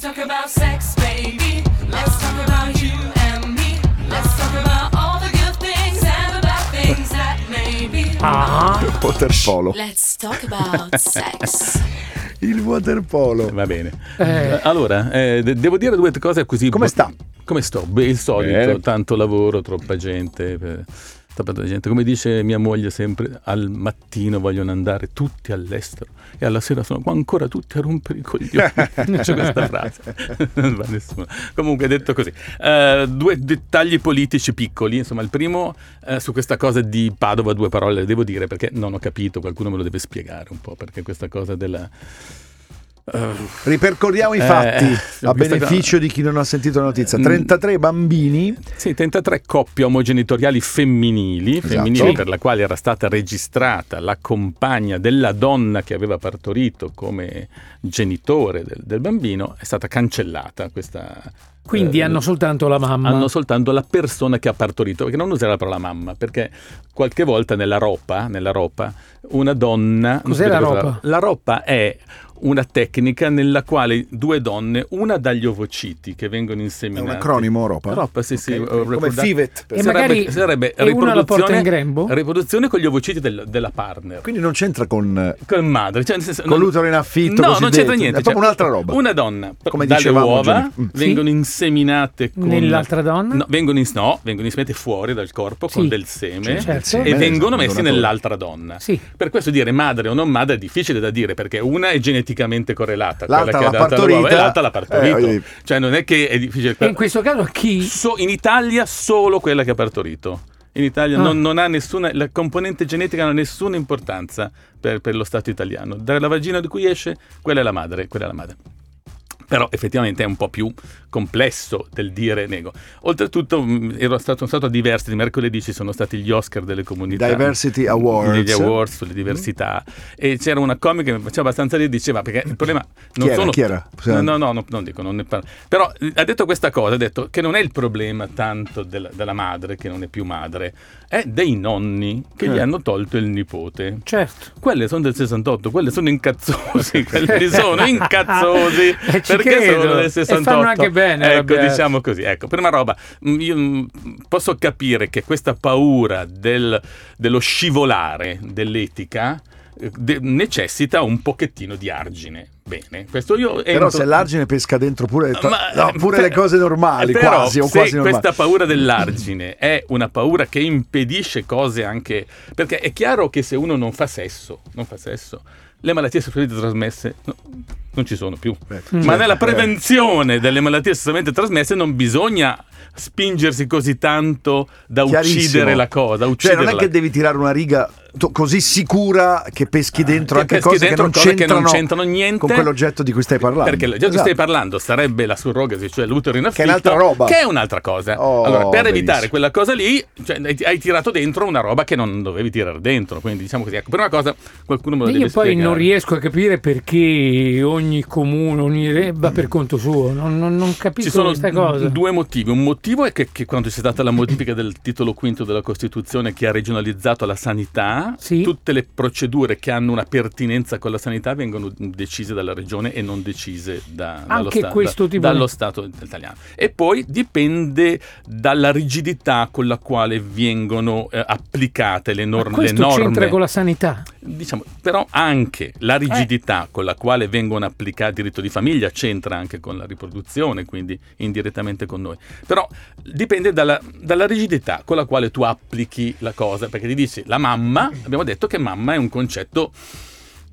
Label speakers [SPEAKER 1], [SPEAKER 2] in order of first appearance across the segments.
[SPEAKER 1] talk about sex, baby. Let's talk about you and me. Let's talk about all the good things and about things that maybe.
[SPEAKER 2] Ah.
[SPEAKER 3] Waterpolo.
[SPEAKER 1] Let's talk about sex.
[SPEAKER 3] Il waterpolo.
[SPEAKER 4] Va bene. Allora, eh, de- devo dire due cose così.
[SPEAKER 3] Come sta?
[SPEAKER 4] Come sto? Beh, il solito,
[SPEAKER 3] Bene.
[SPEAKER 4] tanto lavoro, troppa gente. eh, Troppa gente. Come dice mia moglie sempre, al mattino vogliono andare tutti all'estero e alla sera sono qua ancora tutti a rompere i coglioni. C'è questa frase. non va nessuno. Comunque, detto così, eh, due dettagli politici piccoli. Insomma, il primo eh, su questa cosa di Padova, due parole le devo dire perché non ho capito, qualcuno me lo deve spiegare un po'. Perché questa cosa della.
[SPEAKER 3] Ripercorriamo i
[SPEAKER 4] Eh,
[SPEAKER 3] fatti a
[SPEAKER 4] questa
[SPEAKER 3] beneficio di chi non ha sentito la notizia.
[SPEAKER 4] Mm.
[SPEAKER 3] 33 bambini.
[SPEAKER 4] Sì, 33 coppie omogenitoriali femminili,
[SPEAKER 2] Esatto.
[SPEAKER 4] femminili per la quale era stata registrata la compagna della donna che aveva partorito come genitore del, del bambino, è stata cancellata questa...
[SPEAKER 2] Quindi
[SPEAKER 4] eh,
[SPEAKER 2] hanno soltanto la mamma.
[SPEAKER 4] hanno soltanto la persona che ha partorito, perché non usare la parola mamma, perché qualche volta nella ropa, nella ropa una donna... non
[SPEAKER 2] Cos'è la
[SPEAKER 4] sapete cosa-
[SPEAKER 2] ropa?
[SPEAKER 4] La ropa è una tecnica nella quale due donne, una dagli ovociti che vengono
[SPEAKER 3] È
[SPEAKER 4] inseminati...
[SPEAKER 3] un acronimo Europa.
[SPEAKER 4] Ropa, sì, sì,
[SPEAKER 3] Ok,
[SPEAKER 4] ho
[SPEAKER 3] Come
[SPEAKER 4] ricordato-
[SPEAKER 3] Fivet. per
[SPEAKER 2] E
[SPEAKER 3] esempio.
[SPEAKER 2] magari-
[SPEAKER 4] sarebbe
[SPEAKER 2] e uno la porta
[SPEAKER 4] riproduzione-
[SPEAKER 2] in grembo?
[SPEAKER 4] Riproduzione con gli ovociti del- della partner.
[SPEAKER 3] Quindi non c'entra con eh,
[SPEAKER 4] Con madre, cioè, nel senso-
[SPEAKER 3] Con l'utero in affitto,
[SPEAKER 4] No,
[SPEAKER 3] così
[SPEAKER 4] non
[SPEAKER 3] detto.
[SPEAKER 4] c'entra niente.
[SPEAKER 3] È proprio
[SPEAKER 4] cioè,
[SPEAKER 3] un'altra roba.
[SPEAKER 4] Una donna
[SPEAKER 3] Come
[SPEAKER 4] Come dalle
[SPEAKER 3] dicevamo,
[SPEAKER 4] uova
[SPEAKER 3] Gianni. Mm.
[SPEAKER 4] vengono inseminate con
[SPEAKER 2] Nell'altra donna?
[SPEAKER 4] No, vengono, ins- no, vengono inseminate fuori dal corpo
[SPEAKER 2] Sì.
[SPEAKER 4] con del seme
[SPEAKER 2] Certo.
[SPEAKER 3] il seme
[SPEAKER 4] e
[SPEAKER 3] è
[SPEAKER 4] vengono messi
[SPEAKER 3] donatore.
[SPEAKER 4] nell'altra donna.
[SPEAKER 2] Sì.
[SPEAKER 4] Per questo dire madre o non madre è difficile da dire perché una è geneticamente correlata,
[SPEAKER 3] L'altra
[SPEAKER 4] quella che ha
[SPEAKER 3] l'ha
[SPEAKER 4] dato all'uovo,
[SPEAKER 3] partorita.
[SPEAKER 4] e l'altra l'ha
[SPEAKER 3] Eh,
[SPEAKER 4] partorito.
[SPEAKER 3] voglio dire.
[SPEAKER 4] cioè non è che è difficile
[SPEAKER 2] E in questo caso chi?
[SPEAKER 4] So- in Italia solo quella che ha partorito. In Italia
[SPEAKER 2] Ah.
[SPEAKER 4] non, non ha nessuna, la componente genetica non ha nessuna importanza per, per lo Stato italiano. Dalla vagina di cui esce, quella è la madre, quella è la madre. Però effettivamente è un po' più complesso del dire nego. Oltretutto, mh, ero stato, stato a diversi, di mercoledì ci sono stati gli Oscar delle comunità.
[SPEAKER 3] Diversity Awards.
[SPEAKER 4] Gli awards sulle diversità. E c'era una comica che mi faceva abbastanza ridere, diceva, perché il problema non
[SPEAKER 3] era?
[SPEAKER 4] sono...
[SPEAKER 3] Chi era?
[SPEAKER 4] No, no, no, no, non dico, non ne parlo. Però eh, ha detto questa cosa, ha detto che non è il problema tanto della, della madre, che non è più madre, è dei nonni che gli
[SPEAKER 3] Eh.
[SPEAKER 4] hanno tolto il nipote.
[SPEAKER 2] Certo.
[SPEAKER 4] Quelle sono del 68, quelle sono incazzosi, quelli sono incazzosi
[SPEAKER 2] Eh, ci
[SPEAKER 4] perché sono
[SPEAKER 2] credo.
[SPEAKER 4] del
[SPEAKER 2] E
[SPEAKER 4] 68.
[SPEAKER 2] fanno anche bene,
[SPEAKER 4] Ecco,
[SPEAKER 2] arrabbiarsi.
[SPEAKER 4] diciamo così. Ecco, prima roba, mh, io mh, posso capire che questa paura del- dello scivolare dell'etica eh, de- necessita un pochettino di argine. Bene, questo io
[SPEAKER 3] Però
[SPEAKER 4] entro-
[SPEAKER 3] se l'argine pesca dentro pure, tra-
[SPEAKER 4] Ma- eh,
[SPEAKER 3] no, pure
[SPEAKER 4] per-
[SPEAKER 3] le cose normali,
[SPEAKER 4] però,
[SPEAKER 3] quasi o
[SPEAKER 4] se
[SPEAKER 3] quasi normali.
[SPEAKER 4] questa paura dell'argine è una paura che impedisce cose anche perché è chiaro che se uno non fa sesso, non fa sesso, le malattie sessualmente trasmesse no, non ci sono più.
[SPEAKER 3] Beh,
[SPEAKER 4] Ma
[SPEAKER 3] certo,
[SPEAKER 4] nella
[SPEAKER 3] eh.
[SPEAKER 4] prevenzione delle malattie sessualmente trasmesse non bisogna spingersi così tanto da
[SPEAKER 3] Chiarissimo.
[SPEAKER 4] uccidere la cosa,
[SPEAKER 3] Cioè,
[SPEAKER 4] uccidere
[SPEAKER 3] non è che devi tirare una riga to- così sicura che peschi dentro anche
[SPEAKER 4] Ah, peschi
[SPEAKER 3] cose
[SPEAKER 4] dentro
[SPEAKER 3] che, non
[SPEAKER 4] cose che non
[SPEAKER 3] c'entrano
[SPEAKER 4] c'entrano niente.
[SPEAKER 3] con quell'oggetto di cui stai parlando.
[SPEAKER 4] Perché già tu
[SPEAKER 3] Esatto.
[SPEAKER 4] stai parlando sarebbe la surrogasi, cioè l'utero in affitto,
[SPEAKER 3] Che è un'altra roba.
[SPEAKER 4] Che è un'altra cosa.
[SPEAKER 3] Oh,
[SPEAKER 4] allora, per evitare
[SPEAKER 3] benissimo.
[SPEAKER 4] quella cosa lì, cioè, hai, hai tirato dentro una roba che non dovevi tirare dentro. Quindi diciamo così, ecco, prima cosa qualcuno me lo deve
[SPEAKER 2] Io poi
[SPEAKER 4] spiegare.
[SPEAKER 2] non riesco a capire perché ogni comune, ogni re va per conto suo. Non, non- non capisco
[SPEAKER 4] Ci sono
[SPEAKER 2] questa cosa.
[SPEAKER 4] due motivi. Un motivo è che, che quando c'è stata la modifica del titolo quinto della Costituzione che ha regionalizzato la sanità,
[SPEAKER 2] Sì.
[SPEAKER 4] tutte le procedure che hanno una pertinenza con la sanità vengono decise dalla regione e non decise da- dallo,
[SPEAKER 2] Anche
[SPEAKER 4] sta-
[SPEAKER 2] questo
[SPEAKER 4] da-
[SPEAKER 2] tipo
[SPEAKER 4] dallo
[SPEAKER 2] di-
[SPEAKER 4] Stato italiano. E poi dipende dalla rigidità con la quale vengono eh, applicate le,
[SPEAKER 2] Ma
[SPEAKER 4] nor- le
[SPEAKER 2] questo
[SPEAKER 4] norme
[SPEAKER 2] c'entra con la sanità.
[SPEAKER 4] diciamo, però anche la
[SPEAKER 2] Eh.
[SPEAKER 4] rigidità con la quale vengono applicati il diritto di famiglia c'entra anche con la riproduzione, quindi indirettamente con noi. Però dipende dalla, dalla rigidità con la quale tu applichi la cosa, perché ti dici la mamma, abbiamo detto che mamma è un concetto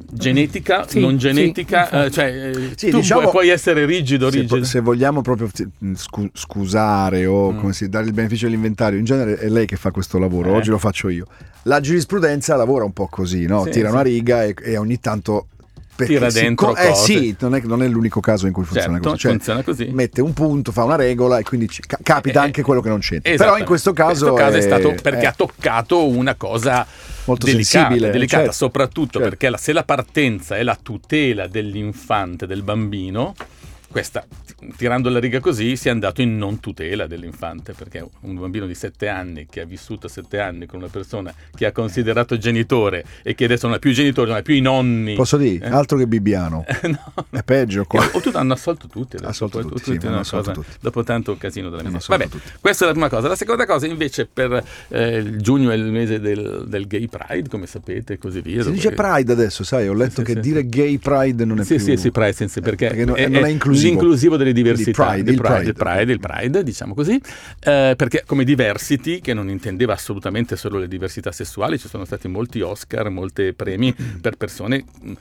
[SPEAKER 4] genetica,
[SPEAKER 2] Sì,
[SPEAKER 4] non
[SPEAKER 2] sì,
[SPEAKER 4] genetica,
[SPEAKER 2] infatti.
[SPEAKER 4] eh, cioè eh,
[SPEAKER 3] Sì,
[SPEAKER 4] tu
[SPEAKER 3] diciamo-
[SPEAKER 4] puoi, puoi essere rigido,
[SPEAKER 3] se,
[SPEAKER 4] rigido.
[SPEAKER 3] po- se vogliamo proprio ti- mh, scu- scusare o come si, dare il beneficio dell'inventario, in genere è lei che fa questo lavoro,
[SPEAKER 4] Mm. Eh.
[SPEAKER 3] oggi lo faccio io. La giurisprudenza lavora un po' così, no?
[SPEAKER 4] Sì,
[SPEAKER 3] tira
[SPEAKER 4] sì.
[SPEAKER 3] una riga e, e ogni tanto... perché
[SPEAKER 4] Tira dentro
[SPEAKER 3] eh
[SPEAKER 4] cose.
[SPEAKER 3] sì, non è, non è l'unico caso in cui funziona
[SPEAKER 4] Certo,
[SPEAKER 3] così. Cioè,
[SPEAKER 4] funziona così.
[SPEAKER 3] Mette un punto, fa una regola e quindi ci- ca- capita
[SPEAKER 4] Eh,
[SPEAKER 3] anche quello che non c'entra.
[SPEAKER 4] Esatto.
[SPEAKER 3] Però in questo caso,
[SPEAKER 4] è, stato
[SPEAKER 3] eh,
[SPEAKER 4] perché ha toccato una cosa
[SPEAKER 3] Molto
[SPEAKER 4] delicata,
[SPEAKER 3] sensibile,
[SPEAKER 4] delicata,
[SPEAKER 3] certo,
[SPEAKER 4] soprattutto
[SPEAKER 3] certo.
[SPEAKER 4] perché la- se la partenza è la tutela dell'infante, del bambino, questa, t- tirando la riga così, si è andato in non tutela dell'infante, perché un bambino di 7 anni che ha vissuto 7 anni con una persona che ha considerato genitore e che adesso non ha più genitori, non ha più i nonni.
[SPEAKER 3] Posso Eh, dire,
[SPEAKER 4] Eh?
[SPEAKER 3] altro che Bibbiano,
[SPEAKER 4] no.
[SPEAKER 3] è peggio qua.
[SPEAKER 4] O tutto, hanno assolto tutti, adesso,
[SPEAKER 3] Assolto
[SPEAKER 4] poi-
[SPEAKER 3] tutti, sì,
[SPEAKER 4] è una
[SPEAKER 3] hanno assolto
[SPEAKER 4] cosa-
[SPEAKER 3] tutti.
[SPEAKER 4] dopo tanto casino della
[SPEAKER 3] Hanno
[SPEAKER 4] mia
[SPEAKER 3] assolto
[SPEAKER 4] Vabbè,
[SPEAKER 3] tutti.
[SPEAKER 4] questa è la prima cosa. La seconda cosa invece per eh, il giugno è il mese del, del gay pride, come sapete, e così via.
[SPEAKER 3] Si
[SPEAKER 4] Dopo-
[SPEAKER 3] dice Pride adesso, sai, ho letto
[SPEAKER 4] Sì,
[SPEAKER 3] che
[SPEAKER 4] sì,
[SPEAKER 3] dire gay Pride non è
[SPEAKER 4] sì,
[SPEAKER 3] più... Eh,
[SPEAKER 4] sì, sì, Pride, senza- perché,
[SPEAKER 3] perché no- non è inclusivo.
[SPEAKER 4] l'inclusivo delle diversità,
[SPEAKER 3] Quindi Pride,
[SPEAKER 4] di
[SPEAKER 3] il
[SPEAKER 4] Pride, il
[SPEAKER 3] Pride.
[SPEAKER 4] Pride, il Pride, diciamo così, eh, perché come diversity, che non intendeva assolutamente solo le diversità sessuali, ci sono stati molti Oscar, molti premi
[SPEAKER 3] Mm.
[SPEAKER 4] per persone mh,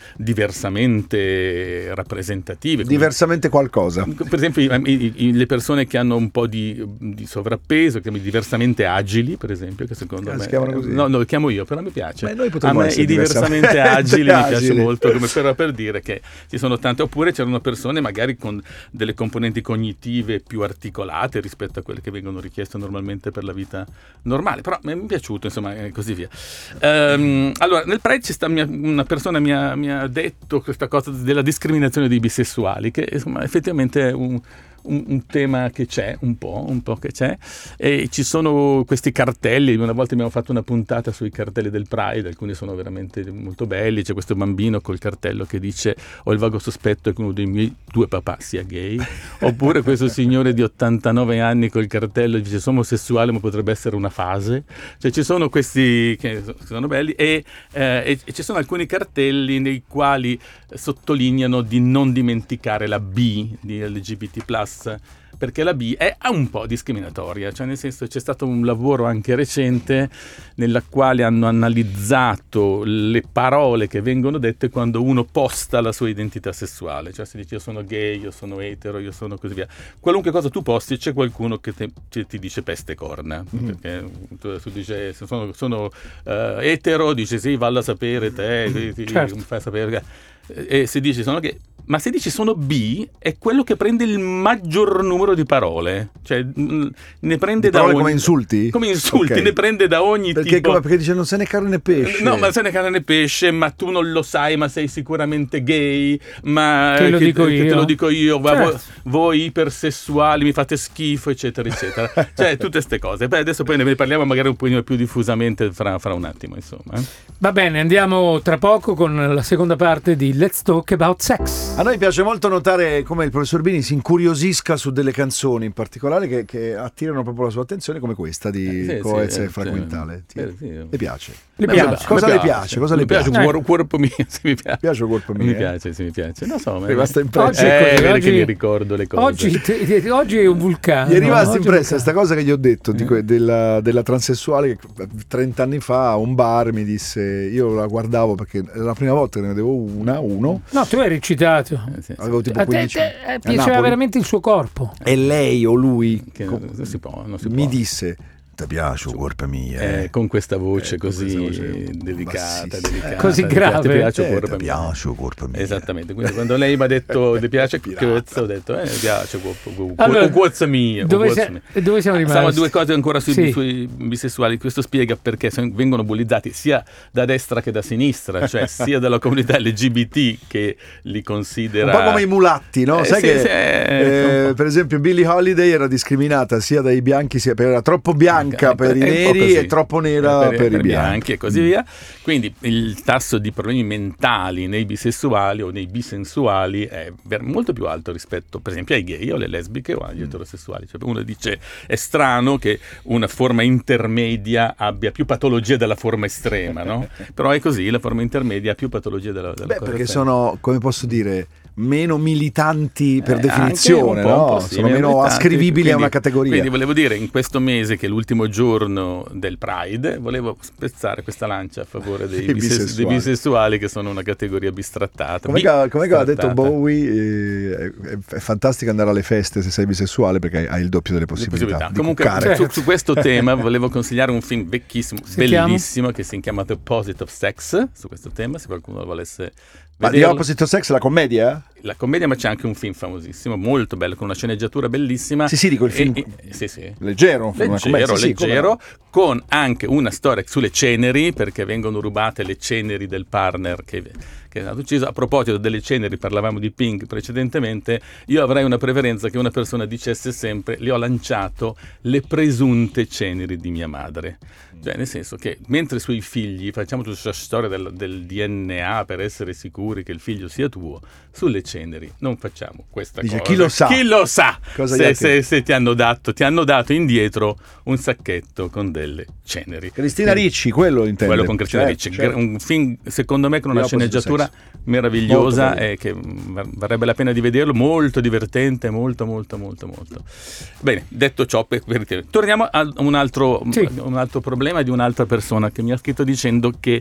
[SPEAKER 4] diversamente rappresentative. come-
[SPEAKER 3] Diversamente qualcosa.
[SPEAKER 4] per esempio i- i- i- le persone che hanno un po' di, di sovrappeso, che diversamente agili, per esempio, che secondo
[SPEAKER 3] Ah,
[SPEAKER 4] me
[SPEAKER 3] si chiamano così?
[SPEAKER 4] No, no, lo chiamo io, però mi piace.
[SPEAKER 3] Beh, noi
[SPEAKER 4] A
[SPEAKER 3] potremmo
[SPEAKER 4] me
[SPEAKER 3] essere
[SPEAKER 4] i diversamente agili mi piace molto, come per, per dire che ci sono tante, oppure c'erano persone magari con delle componenti cognitive più articolate rispetto a quelle che vengono richieste normalmente per la vita normale, però mi è piaciuto, insomma, e così via. Ehm, allora, nel Pride ci sta mia- una persona mi ha, mi ha detto questa cosa della discriminazione dei bisessuali, che insomma effettivamente è un, un- un tema che c'è un po', un po' che c'è. E ci sono questi cartelli, una volta abbiamo fatto una puntata sui cartelli del Pride, alcuni sono veramente molto belli, c'è questo bambino col cartello che dice ho il vago sospetto che uno dei miei due papà sia gay, oppure questo signore di 89 anni col cartello dice sono omosessuale ma potrebbe essere una fase, cioè ci sono questi che so- sono belli e, eh, e- e ci sono alcuni cartelli nei quali sottolineano di non dimenticare la B di LGBT perché la B è un po' discriminatoria, cioè nel senso c'è stato un lavoro anche recente nella quale hanno analizzato le parole che vengono dette quando uno posta la sua identità sessuale, cioè si dice io sono gay, io sono etero, io sono così via. Qualunque cosa tu posti c'è qualcuno che te- ti ti dice peste e corna,
[SPEAKER 3] Mm.
[SPEAKER 4] perché tu, tu dici "Eh, sono, sono, eh, etero, dice sì, valla a sapere
[SPEAKER 3] Mm.
[SPEAKER 4] te, sì, sì,
[SPEAKER 2] Certo.
[SPEAKER 4] mi fai sapere. E se dici sono gay, ma se dici sono B è quello che prende il maggior numero di parole, cioè mh, ne prende
[SPEAKER 3] Di
[SPEAKER 4] da
[SPEAKER 3] parole
[SPEAKER 4] ogni
[SPEAKER 3] come insulti?
[SPEAKER 4] Come insulti,
[SPEAKER 3] Ok.
[SPEAKER 4] ne prende da ogni
[SPEAKER 3] Perché,
[SPEAKER 4] tipo.
[SPEAKER 3] come- perché dice non se ne carne né pesce.
[SPEAKER 4] No, ma se ne carne né pesce, ma tu non lo sai, ma sei sicuramente gay, ma
[SPEAKER 2] Te lo dico
[SPEAKER 4] te
[SPEAKER 2] io.
[SPEAKER 4] lo dico io, ma
[SPEAKER 2] Certo.
[SPEAKER 4] voi, voi ipersessuali mi fate schifo, eccetera, eccetera. cioè, tutte queste cose. Beh, adesso poi ne parliamo magari un po' più diffusamente fra, fra un attimo, insomma. eh.
[SPEAKER 2] Va bene, andiamo tra poco con la seconda parte di Let's Talk About Sex.
[SPEAKER 3] A noi piace molto notare come il professor Bini si incuriosisca su delle canzoni in particolare che, che attirano proprio la sua attenzione, come questa di
[SPEAKER 4] Eh, sì,
[SPEAKER 3] Coez
[SPEAKER 4] sì,
[SPEAKER 3] e
[SPEAKER 4] eh,
[SPEAKER 3] Fraquintale.
[SPEAKER 4] sì, eh, sì.
[SPEAKER 3] Le piace.
[SPEAKER 2] Le
[SPEAKER 4] Beh,
[SPEAKER 2] piace?
[SPEAKER 4] vabbè,
[SPEAKER 3] Cosa
[SPEAKER 4] mi
[SPEAKER 3] le piace? Cosa le
[SPEAKER 4] Mi piace? Eh.
[SPEAKER 3] piace?
[SPEAKER 4] un cuor- Cuorpo mio, se mi piace.
[SPEAKER 3] piace il corpo mio,
[SPEAKER 4] Mi
[SPEAKER 3] eh?
[SPEAKER 4] piace, sì, mi piace. Non so, ma...
[SPEAKER 3] È rimasta
[SPEAKER 2] Oggi
[SPEAKER 3] impressa.
[SPEAKER 2] è
[SPEAKER 4] Eh,
[SPEAKER 2] così,
[SPEAKER 4] vedi
[SPEAKER 2] oggi-
[SPEAKER 4] che mi ricordo le cose.
[SPEAKER 2] Oggi, te- te- oggi è un vulcano.
[SPEAKER 4] Ah,
[SPEAKER 3] Gli è
[SPEAKER 2] oggi
[SPEAKER 3] rimasta
[SPEAKER 2] un
[SPEAKER 3] impressa
[SPEAKER 2] vulcano.
[SPEAKER 3] questa cosa che gli ho detto di
[SPEAKER 4] Eh.
[SPEAKER 3] que- della, della transessuale che 30 anni fa a un bar mi disse, io la guardavo perché era la prima volta che ne vedevo una, uno,
[SPEAKER 2] No, tu eri eccitato.
[SPEAKER 4] Eh, sì, sì.
[SPEAKER 3] avevo tipo
[SPEAKER 2] A te,
[SPEAKER 3] 15
[SPEAKER 2] te- eh,
[SPEAKER 3] anni. A
[SPEAKER 2] piaceva
[SPEAKER 3] Napoli.
[SPEAKER 2] veramente il suo corpo.
[SPEAKER 3] E lei o lui
[SPEAKER 4] Che
[SPEAKER 3] co-
[SPEAKER 4] non si può, non si
[SPEAKER 3] mi
[SPEAKER 4] può.
[SPEAKER 3] disse, ti piace il corpo mio? eh?"
[SPEAKER 4] Eh, con questa voce
[SPEAKER 3] Eh, con
[SPEAKER 4] così
[SPEAKER 3] questa voce
[SPEAKER 4] delicata,
[SPEAKER 3] bassissima.
[SPEAKER 4] delicata,
[SPEAKER 2] Così
[SPEAKER 4] mi piace,
[SPEAKER 2] grave.
[SPEAKER 4] Ti piace
[SPEAKER 3] Eh,
[SPEAKER 4] cuore
[SPEAKER 3] "Ti
[SPEAKER 4] mio.
[SPEAKER 3] piace il corpo mio?"
[SPEAKER 4] Esattamente, quindi quando lei mi ha detto ti piace
[SPEAKER 3] Pirata.
[SPEAKER 4] Cuozza, ho detto eh, mi piace Cuozza cu-
[SPEAKER 2] Allora,
[SPEAKER 4] cu- Cuozza mia.
[SPEAKER 2] Dove,
[SPEAKER 4] Cuozza
[SPEAKER 2] si-
[SPEAKER 4] mia.
[SPEAKER 2] dove siamo rimasti?
[SPEAKER 4] Ah, Siamo a due cose ancora sui,
[SPEAKER 2] Sì.
[SPEAKER 4] sui bisessuali. Questo spiega perché son- vengono bullizzati sia da destra che da sinistra, cioè sia dalla comunità LGBT che li
[SPEAKER 3] Un
[SPEAKER 4] considera.
[SPEAKER 3] po' come i mulatti, no?
[SPEAKER 4] Eh,
[SPEAKER 3] Sai
[SPEAKER 4] sì,
[SPEAKER 3] che,
[SPEAKER 4] sì, eh,
[SPEAKER 3] eh, per esempio, Billie Holiday era discriminata sia dai bianchi, sia perché era troppo bianca per i
[SPEAKER 4] È un po'
[SPEAKER 3] neri
[SPEAKER 4] così. Eh,
[SPEAKER 3] e troppo nera per, i bianchi. Mm.
[SPEAKER 4] e così via. Quindi il tasso di problemi mentali nei bisessuali o nei bisensuali è ver- molto più alto rispetto, per esempio, ai gay o alle lesbiche o
[SPEAKER 3] Mm.
[SPEAKER 4] agli eterosessuali. Cioè, uno dice è strano che una forma intermedia abbia più patologie della forma estrema, no? Però è così, la forma intermedia ha più patologie della, della
[SPEAKER 3] Beh,
[SPEAKER 4] cosa
[SPEAKER 3] perché
[SPEAKER 4] estrema.
[SPEAKER 3] sono, come posso dire, meno militanti per
[SPEAKER 4] Eh,
[SPEAKER 3] definizione,
[SPEAKER 4] anche un po', un po'
[SPEAKER 3] no?
[SPEAKER 4] sì,
[SPEAKER 3] sono meno
[SPEAKER 4] militanti.
[SPEAKER 3] ascrivibili a una
[SPEAKER 4] Quindi- Quindi
[SPEAKER 3] categoria.
[SPEAKER 4] volevo dire, in questo mese che è l'ultimo giorno del Pride, volevo spezzare questa lancia a favore dei,
[SPEAKER 3] Dei
[SPEAKER 4] bise- dei
[SPEAKER 3] bisessuali.
[SPEAKER 4] bisessuali. che sono una categoria bistrattata.
[SPEAKER 3] Come che com'è che aveva detto Boh,
[SPEAKER 4] Bistrattata.
[SPEAKER 3] Bowie, eh, è, è fantastico andare alle feste se sei bisessuale perché hai, hai il doppio delle
[SPEAKER 4] Le
[SPEAKER 3] possibilità.
[SPEAKER 4] possibilità.
[SPEAKER 3] di cuccare.
[SPEAKER 4] Comunque cioè, su, su questo tema volevo consigliare un film vecchissimo,
[SPEAKER 2] Si chiama?
[SPEAKER 4] bellissimo, che si chiama The Opposite of Sex, su questo tema, se qualcuno lo volesse
[SPEAKER 3] Ma di
[SPEAKER 4] vedere.
[SPEAKER 3] Opposite Sex, la commedia?
[SPEAKER 4] la commedia, ma c'è anche un film famosissimo, molto bello, con una sceneggiatura bellissima.
[SPEAKER 3] Sì, sì, dico il
[SPEAKER 4] E-
[SPEAKER 3] film.
[SPEAKER 4] e- Ah, sì, sì.
[SPEAKER 3] Leggero, una commedia.
[SPEAKER 4] Leggero,
[SPEAKER 3] Sì, sì, come
[SPEAKER 4] leggero,
[SPEAKER 3] no.
[SPEAKER 4] con anche una storia sulle ceneri, perché vengono rubate le ceneri del partner che, che è stato ucciso. A proposito delle ceneri, parlavamo di Pink precedentemente, io avrei una preferenza che una persona dicesse sempre, le ho lanciato le presunte ceneri di mia madre. Cioè, nel senso che mentre sui figli facciamo tutta questa storia del, del DNA per essere sicuri che il figlio sia tuo, sulle ceneri non facciamo questa
[SPEAKER 3] Dice,
[SPEAKER 4] cosa.
[SPEAKER 3] chi lo sa?
[SPEAKER 4] Chi lo sa?
[SPEAKER 3] Cosa gli
[SPEAKER 4] se,
[SPEAKER 3] altri-
[SPEAKER 4] se- se ti hanno dato, ti hanno dato indietro un sacchetto con delle ceneri.
[SPEAKER 3] Cristina Ricci, quello intende.
[SPEAKER 4] Quello con Cristina
[SPEAKER 3] Certo,
[SPEAKER 4] Ricci,
[SPEAKER 3] certo.
[SPEAKER 4] un film secondo me con una
[SPEAKER 3] Di opposite
[SPEAKER 4] sceneggiatura
[SPEAKER 3] Molto
[SPEAKER 4] meravigliosa
[SPEAKER 3] bello.
[SPEAKER 4] e che mm, var- varrebbe la pena di vederlo, molto divertente, molto molto molto molto. Bene, detto ciò, per- perché- torniamo a un altro,
[SPEAKER 2] Sì.
[SPEAKER 4] a un altro problema di un'altra persona che mi ha scritto dicendo che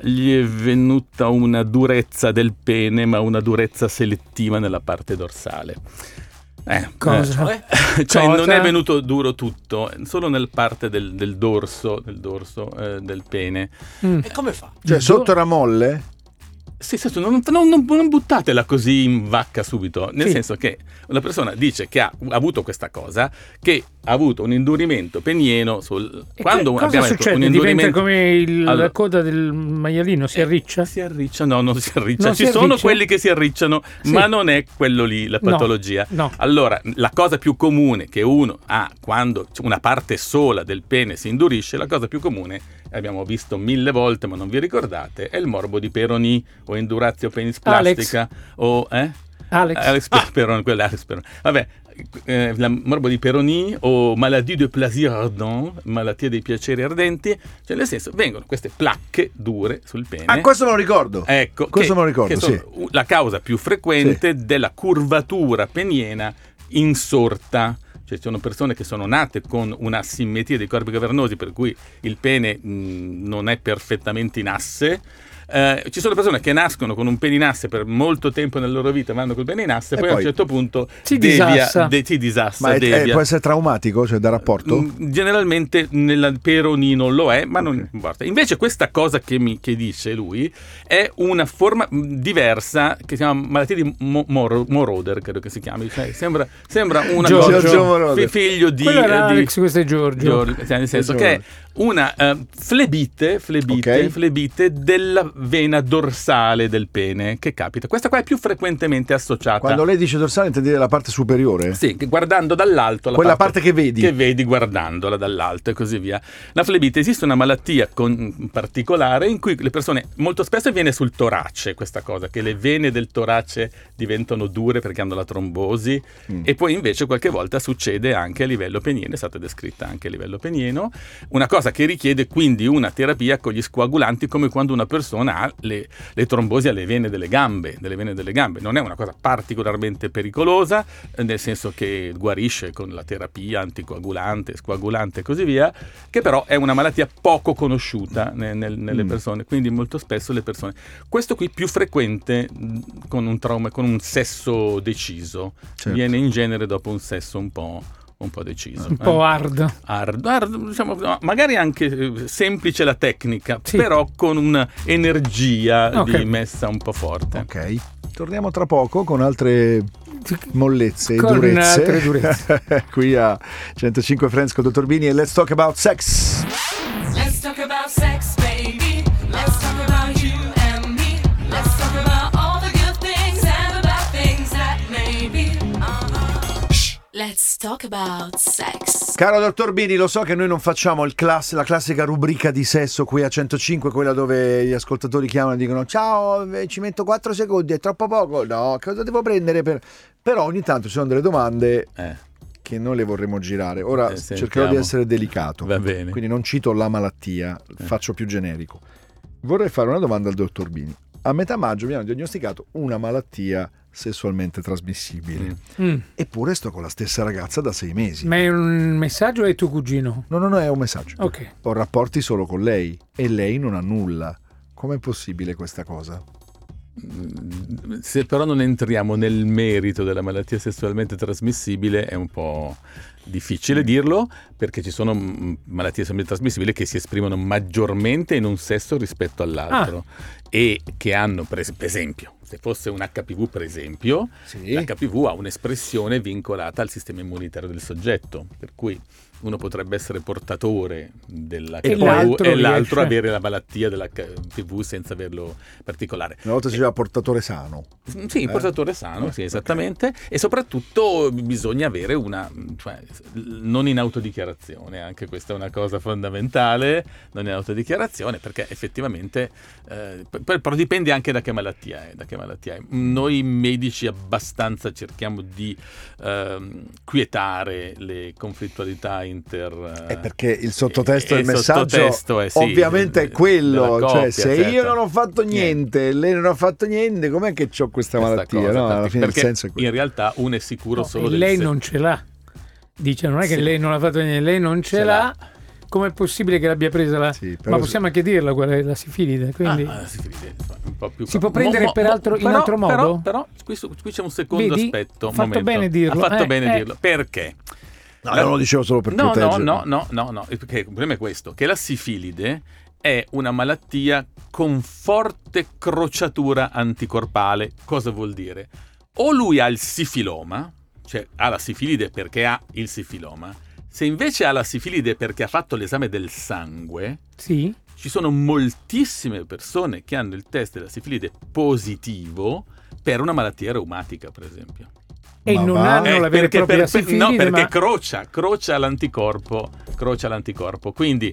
[SPEAKER 4] gli è venuta una durezza del pene, ma una durezza selettiva nella parte dorsale. Eh,
[SPEAKER 2] Cosa?
[SPEAKER 4] eh, cioè
[SPEAKER 2] Cosa?
[SPEAKER 4] non è venuto duro tutto, solo nella parte del, del dorso, del, dorso eh, del pene.
[SPEAKER 2] Mm.
[SPEAKER 5] E come fa?
[SPEAKER 3] Cioè, sotto era molle?
[SPEAKER 4] Sì, sì, sì, non, non- non- non buttatela così in vacca subito, nel
[SPEAKER 2] Sì.
[SPEAKER 4] senso che una persona dice che ha avuto questa cosa, che ha avuto un indurimento penieno sul...
[SPEAKER 2] E che-
[SPEAKER 4] quando
[SPEAKER 2] cosa
[SPEAKER 4] abbiamo detto
[SPEAKER 2] succede?
[SPEAKER 4] un
[SPEAKER 2] Diventa
[SPEAKER 4] indurimento...
[SPEAKER 2] come il-
[SPEAKER 4] Allora- Eh.
[SPEAKER 2] la coda del maialino, si arriccia?
[SPEAKER 4] Si arriccia? No, non si arriccia.
[SPEAKER 2] Non
[SPEAKER 4] Ci
[SPEAKER 2] si
[SPEAKER 4] sono
[SPEAKER 2] arriccia?
[SPEAKER 4] quelli che si arricciano,
[SPEAKER 2] Sì.
[SPEAKER 4] ma non è quello lì la patologia.
[SPEAKER 2] No.
[SPEAKER 4] Allora, la cosa più comune che uno ha quando una parte sola del pene si indurisce, la cosa più comune, abbiamo visto mille volte ma non vi ricordate, è il morbo di Peroni o indurazio penis
[SPEAKER 2] Alex.
[SPEAKER 4] plastica o... Eh?
[SPEAKER 2] Alex. Ah.
[SPEAKER 4] Alex Pe- Peron, quello è Alex Peron. Vabbè, eh, la morbo di Peroni o maladie de plaisir ardent, malattia dei piaceri ardenti, cioè nel senso vengono queste placche dure sul pene.
[SPEAKER 3] Ah, questo me lo ricordo.
[SPEAKER 4] Eh? Ecco,
[SPEAKER 3] Questo me lo ricordo,
[SPEAKER 4] che sono
[SPEAKER 3] sì.
[SPEAKER 4] u- la causa più frequente della curvatura peniena insorta. Cioè, ci sono persone che sono nate con una simmetria dei corpi cavernosi, per cui il pene mh, non è perfettamente in asse. Eh, ci sono persone che nascono con un pene in asse per molto tempo nella loro vita, vanno col pene in asse,
[SPEAKER 3] E
[SPEAKER 4] poi, a un
[SPEAKER 3] poi
[SPEAKER 4] certo punto
[SPEAKER 2] Si
[SPEAKER 4] devia-
[SPEAKER 2] disassa.
[SPEAKER 4] de- si disassa,
[SPEAKER 3] Ma è- è-
[SPEAKER 4] devia.
[SPEAKER 3] può essere traumatico, cioè da rapporto?
[SPEAKER 4] Mm, Generalmente nella Peroni non lo è, ma non
[SPEAKER 3] Ok.
[SPEAKER 4] importa. Invece questa cosa che, mi, che dice lui è una forma mm, diversa che si chiama malattia di Mo- Mor- Moroder, credo che si chiami. Cioè, sembra, sembra una
[SPEAKER 2] Giorgio.
[SPEAKER 4] cosa-
[SPEAKER 3] Giorgio Moroder.
[SPEAKER 4] fi- figlio di...
[SPEAKER 2] Quello era
[SPEAKER 4] eh, di-
[SPEAKER 2] Alex, questo è Giorgio.
[SPEAKER 4] Giorgio, cioè, nel senso
[SPEAKER 3] Giorgio.
[SPEAKER 4] che è una eh, flebite, flebite,
[SPEAKER 3] Ok.
[SPEAKER 4] flebite della vena dorsale del pene che capita. Questa qua è più frequentemente associata.
[SPEAKER 3] Quando lei dice dorsale intende dire la parte superiore?
[SPEAKER 4] Sì, che guardando dall'alto. la
[SPEAKER 3] Quella parte che vedi.
[SPEAKER 4] Che vedi guardandola dall'alto e così via. La flebite esiste una malattia con- particolare in cui le persone molto spesso viene sul torace questa cosa, che le vene del torace diventano dure perché hanno la trombosi
[SPEAKER 3] Mm.
[SPEAKER 4] e poi invece qualche volta succede anche a livello penieno, è stata descritta anche a livello penieno, una cosa che richiede quindi una terapia con gli scoagulanti come quando una persona ha le, le trombosi alle vene delle gambe, delle vene delle gambe. Non è una cosa particolarmente pericolosa, eh, nel senso che guarisce con la terapia anticoagulante, scoagulante e così via, che però è una malattia poco conosciuta ne- nel- nelle
[SPEAKER 3] Mm.
[SPEAKER 4] persone, quindi molto spesso le persone... Questo qui più frequente mh, con un trauma, con un sesso deciso,
[SPEAKER 3] Certo.
[SPEAKER 4] viene in genere dopo un sesso un po', un po deciso.
[SPEAKER 2] Un
[SPEAKER 4] eh.
[SPEAKER 2] po' hard.
[SPEAKER 4] Hard, hard, diciamo, no, magari anche eh, semplice la tecnica,
[SPEAKER 2] Sì.
[SPEAKER 4] però con un'energia
[SPEAKER 2] Ok.
[SPEAKER 4] di messa un po' forte.
[SPEAKER 3] Ok. Torniamo tra poco con altre mollezze e
[SPEAKER 2] Con
[SPEAKER 3] durezze.
[SPEAKER 2] altre durezze.
[SPEAKER 3] Qui a 105 Friends con Dottor Bini e Let's Talk About Sex.
[SPEAKER 1] Let's talk about sex, baby. Let's talk about you and me. Let's talk about all the good things and about things that maybe. uh Let's talk about sex.
[SPEAKER 3] Caro dottor Bini, lo so che noi non facciamo il class- la classica rubrica di sesso qui a 105, quella dove gli ascoltatori chiamano e dicono ciao, eh, ci metto 4 secondi, è troppo poco. No, cosa devo prendere per... Però ogni tanto ci sono delle domande
[SPEAKER 4] Eh,
[SPEAKER 3] che noi le vorremmo girare. Ora
[SPEAKER 4] Eh,
[SPEAKER 3] Ah, cercherò di
[SPEAKER 4] sentiamo.
[SPEAKER 3] essere delicato.
[SPEAKER 4] va bene.
[SPEAKER 3] Quindi non cito la malattia, faccio più generico. Vorrei fare una domanda al dottor Bini. A metà maggio mi hanno diagnosticato una malattia sessualmente trasmissibile.
[SPEAKER 4] Mm.
[SPEAKER 2] Mm.
[SPEAKER 3] Eppure sto con la stessa ragazza da sei mesi.
[SPEAKER 2] Ma è un messaggio e tuo cugino?
[SPEAKER 3] No, no, no, è un messaggio.
[SPEAKER 2] Ok.
[SPEAKER 3] Ho rapporti solo con lei e lei non ha nulla. Com'è possibile questa cosa?
[SPEAKER 4] Se però non entriamo nel merito della malattia sessualmente trasmissibile è un po'
[SPEAKER 2] Mm.
[SPEAKER 4] difficile dirlo perché ci sono mm,
[SPEAKER 2] Ah.
[SPEAKER 4] mh, malattie sessualmente trasmissibili che si esprimono maggiormente in un sesso rispetto all'altro e che hanno, per es- per esempio, se fosse un HPV, per esempio,
[SPEAKER 3] Sì.
[SPEAKER 4] l'HPV ha un'espressione vincolata al sistema immunitario del soggetto, per cui uno potrebbe essere portatore dell'HPV
[SPEAKER 2] E
[SPEAKER 4] e
[SPEAKER 2] l'altro
[SPEAKER 4] l'altro,
[SPEAKER 2] riesce.
[SPEAKER 4] avere la malattia dell'HPV senza averlo particolare.
[SPEAKER 3] Una volta si diceva portatore sano.
[SPEAKER 4] Sì,
[SPEAKER 3] Eh?
[SPEAKER 4] il portatore sano, sì,
[SPEAKER 3] Ok.
[SPEAKER 4] esattamente. E soprattutto bisogna avere una, cioè, non in autodichiarazione, anche questa è una cosa fondamentale, non in autodichiarazione, perché effettivamente, eh, p- p- però dipende anche da che malattia è, da che malattia è. Noi medici abbastanza cerchiamo di ehm, quietare le conflittualità inter...
[SPEAKER 3] È perché il sottotesto del
[SPEAKER 4] e- e Eh. il
[SPEAKER 3] messaggio
[SPEAKER 4] sottotesto è, sì, eh,
[SPEAKER 3] ovviamente è
[SPEAKER 4] della
[SPEAKER 3] quello,
[SPEAKER 4] coppia, certo.
[SPEAKER 3] cioè se io
[SPEAKER 4] eccetera.
[SPEAKER 3] non ho fatto niente, lei non ha fatto niente, com'è che ho questa
[SPEAKER 4] Questa
[SPEAKER 3] malattia?
[SPEAKER 4] cosa,
[SPEAKER 3] no, alla
[SPEAKER 4] tanti-
[SPEAKER 3] fine il
[SPEAKER 4] perché
[SPEAKER 3] senso è quello.
[SPEAKER 4] in realtà uno è sicuro
[SPEAKER 2] No,
[SPEAKER 4] solo
[SPEAKER 2] e
[SPEAKER 4] del
[SPEAKER 2] lei
[SPEAKER 4] sé.
[SPEAKER 2] non ce l'ha. Dice, non è che
[SPEAKER 4] Sì.
[SPEAKER 2] lei non l'ha fatto niente, lei non ce,
[SPEAKER 4] Ce
[SPEAKER 2] l'ha.
[SPEAKER 4] l'ha.
[SPEAKER 2] Com'è possibile che l'abbia presa la...
[SPEAKER 3] Sì, però
[SPEAKER 2] Ma
[SPEAKER 3] se-
[SPEAKER 2] possiamo anche dirla qual è la sifilide, quindi...
[SPEAKER 4] Ah, ah, sì, sì, sì, insomma, un po' più-
[SPEAKER 2] Si può prendere per altro- in
[SPEAKER 4] però-
[SPEAKER 2] altro modo?
[SPEAKER 4] Però, però qui, su- qui c'è un secondo
[SPEAKER 2] Vedi?
[SPEAKER 4] aspetto. un
[SPEAKER 2] Fatto
[SPEAKER 4] momento.
[SPEAKER 2] bene dirlo,
[SPEAKER 4] Ha fatto
[SPEAKER 2] eh,
[SPEAKER 4] bene
[SPEAKER 2] eh.
[SPEAKER 4] dirlo. Perché?
[SPEAKER 3] No, io lo dicevo solo per
[SPEAKER 4] no, no,
[SPEAKER 3] proteggermi.
[SPEAKER 4] no, no, no, no. Il perché- il problema è questo: che la sifilide è una malattia con forte crociatura anticorpale. Cosa vuol dire? O lui ha il sifiloma, cioè ha la sifilide perché ha il sifiloma. Se invece ha la sifilide perché ha fatto l'esame del sangue,
[SPEAKER 2] Sì,
[SPEAKER 4] ci sono moltissime persone che hanno il test della sifilide positivo per una malattia reumatica, per esempio.
[SPEAKER 2] e
[SPEAKER 3] Ma
[SPEAKER 2] Ah, non
[SPEAKER 3] va.
[SPEAKER 2] hanno
[SPEAKER 4] Eh,
[SPEAKER 2] la vera e
[SPEAKER 4] perché-
[SPEAKER 2] propria
[SPEAKER 4] per- per-
[SPEAKER 2] sifilide,
[SPEAKER 4] no, perché
[SPEAKER 2] ma...
[SPEAKER 4] crocia, crocia l'anticorpo, crocia l'anticorpo. Quindi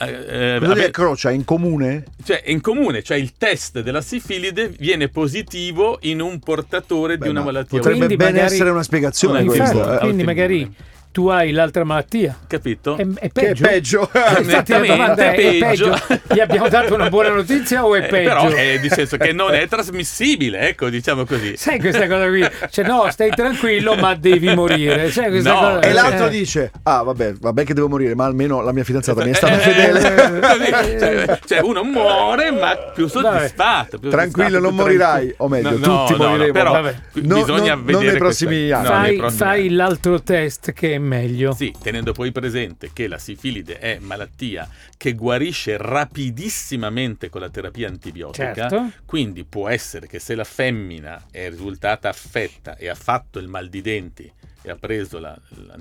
[SPEAKER 4] eh, eh,
[SPEAKER 3] Cosa
[SPEAKER 4] vabbè,
[SPEAKER 3] è crocia in comune?
[SPEAKER 4] cioè, è in comune, cioè il test della sifilide viene positivo in un portatore
[SPEAKER 3] Beh,
[SPEAKER 4] di una
[SPEAKER 3] ma
[SPEAKER 4] malattia
[SPEAKER 3] potrebbe
[SPEAKER 2] Quindi
[SPEAKER 3] bene
[SPEAKER 2] magari-
[SPEAKER 3] essere una spiegazione
[SPEAKER 4] Eh,
[SPEAKER 2] Infatti,
[SPEAKER 3] questa,
[SPEAKER 4] questo, eh.
[SPEAKER 2] quindi magari
[SPEAKER 4] Autoimmune.
[SPEAKER 2] tu hai l'altra malattia.
[SPEAKER 4] Capito?
[SPEAKER 2] È, è
[SPEAKER 3] Che è
[SPEAKER 2] peggio.
[SPEAKER 3] peggio.
[SPEAKER 2] Ehm, Infatti la domanda è, è peggio.
[SPEAKER 4] Esattamente, peggio.
[SPEAKER 2] Gli abbiamo dato una buona notizia o è
[SPEAKER 4] Eh,
[SPEAKER 2] peggio?
[SPEAKER 4] Però è nel senso che non è trasmissibile, ecco, diciamo così.
[SPEAKER 2] Sai questa cosa qui? Cioè, no, stai tranquillo, ma devi morire. Sai questa
[SPEAKER 4] No,
[SPEAKER 2] cosa?
[SPEAKER 3] e l'altro
[SPEAKER 2] eh.
[SPEAKER 3] dice, ah vabbè, vabbè che devo morire, ma almeno la mia fidanzata mi è
[SPEAKER 4] Eh,
[SPEAKER 3] stata
[SPEAKER 4] eh,
[SPEAKER 3] fedele.
[SPEAKER 4] eh, così, cioè, cioè, uno muore ma più soddisfatto. più
[SPEAKER 3] Tranquillo,
[SPEAKER 4] soddisfatto,
[SPEAKER 3] non
[SPEAKER 4] più
[SPEAKER 3] morirai,
[SPEAKER 4] tranquillo.
[SPEAKER 3] o meglio,
[SPEAKER 4] No, no,
[SPEAKER 3] tutti
[SPEAKER 4] no, no,
[SPEAKER 3] moriremo.
[SPEAKER 4] però
[SPEAKER 2] Vabbè.
[SPEAKER 4] qui
[SPEAKER 3] No,
[SPEAKER 4] bisogna
[SPEAKER 3] non- non
[SPEAKER 4] vedere
[SPEAKER 3] nei prossimi
[SPEAKER 4] questa-
[SPEAKER 3] anni.
[SPEAKER 4] no, nei
[SPEAKER 2] fai,
[SPEAKER 4] prossimi
[SPEAKER 2] fai
[SPEAKER 4] anni.
[SPEAKER 2] l'altro test che è meglio.
[SPEAKER 4] Sì, tenendo poi presente che la sifilide è malattia che guarisce rapidissimamente con la terapia antibiotica,
[SPEAKER 2] Certo.
[SPEAKER 4] quindi può essere che se la femmina è risultata affetta e ha fatto il mal di denti e ha preso la-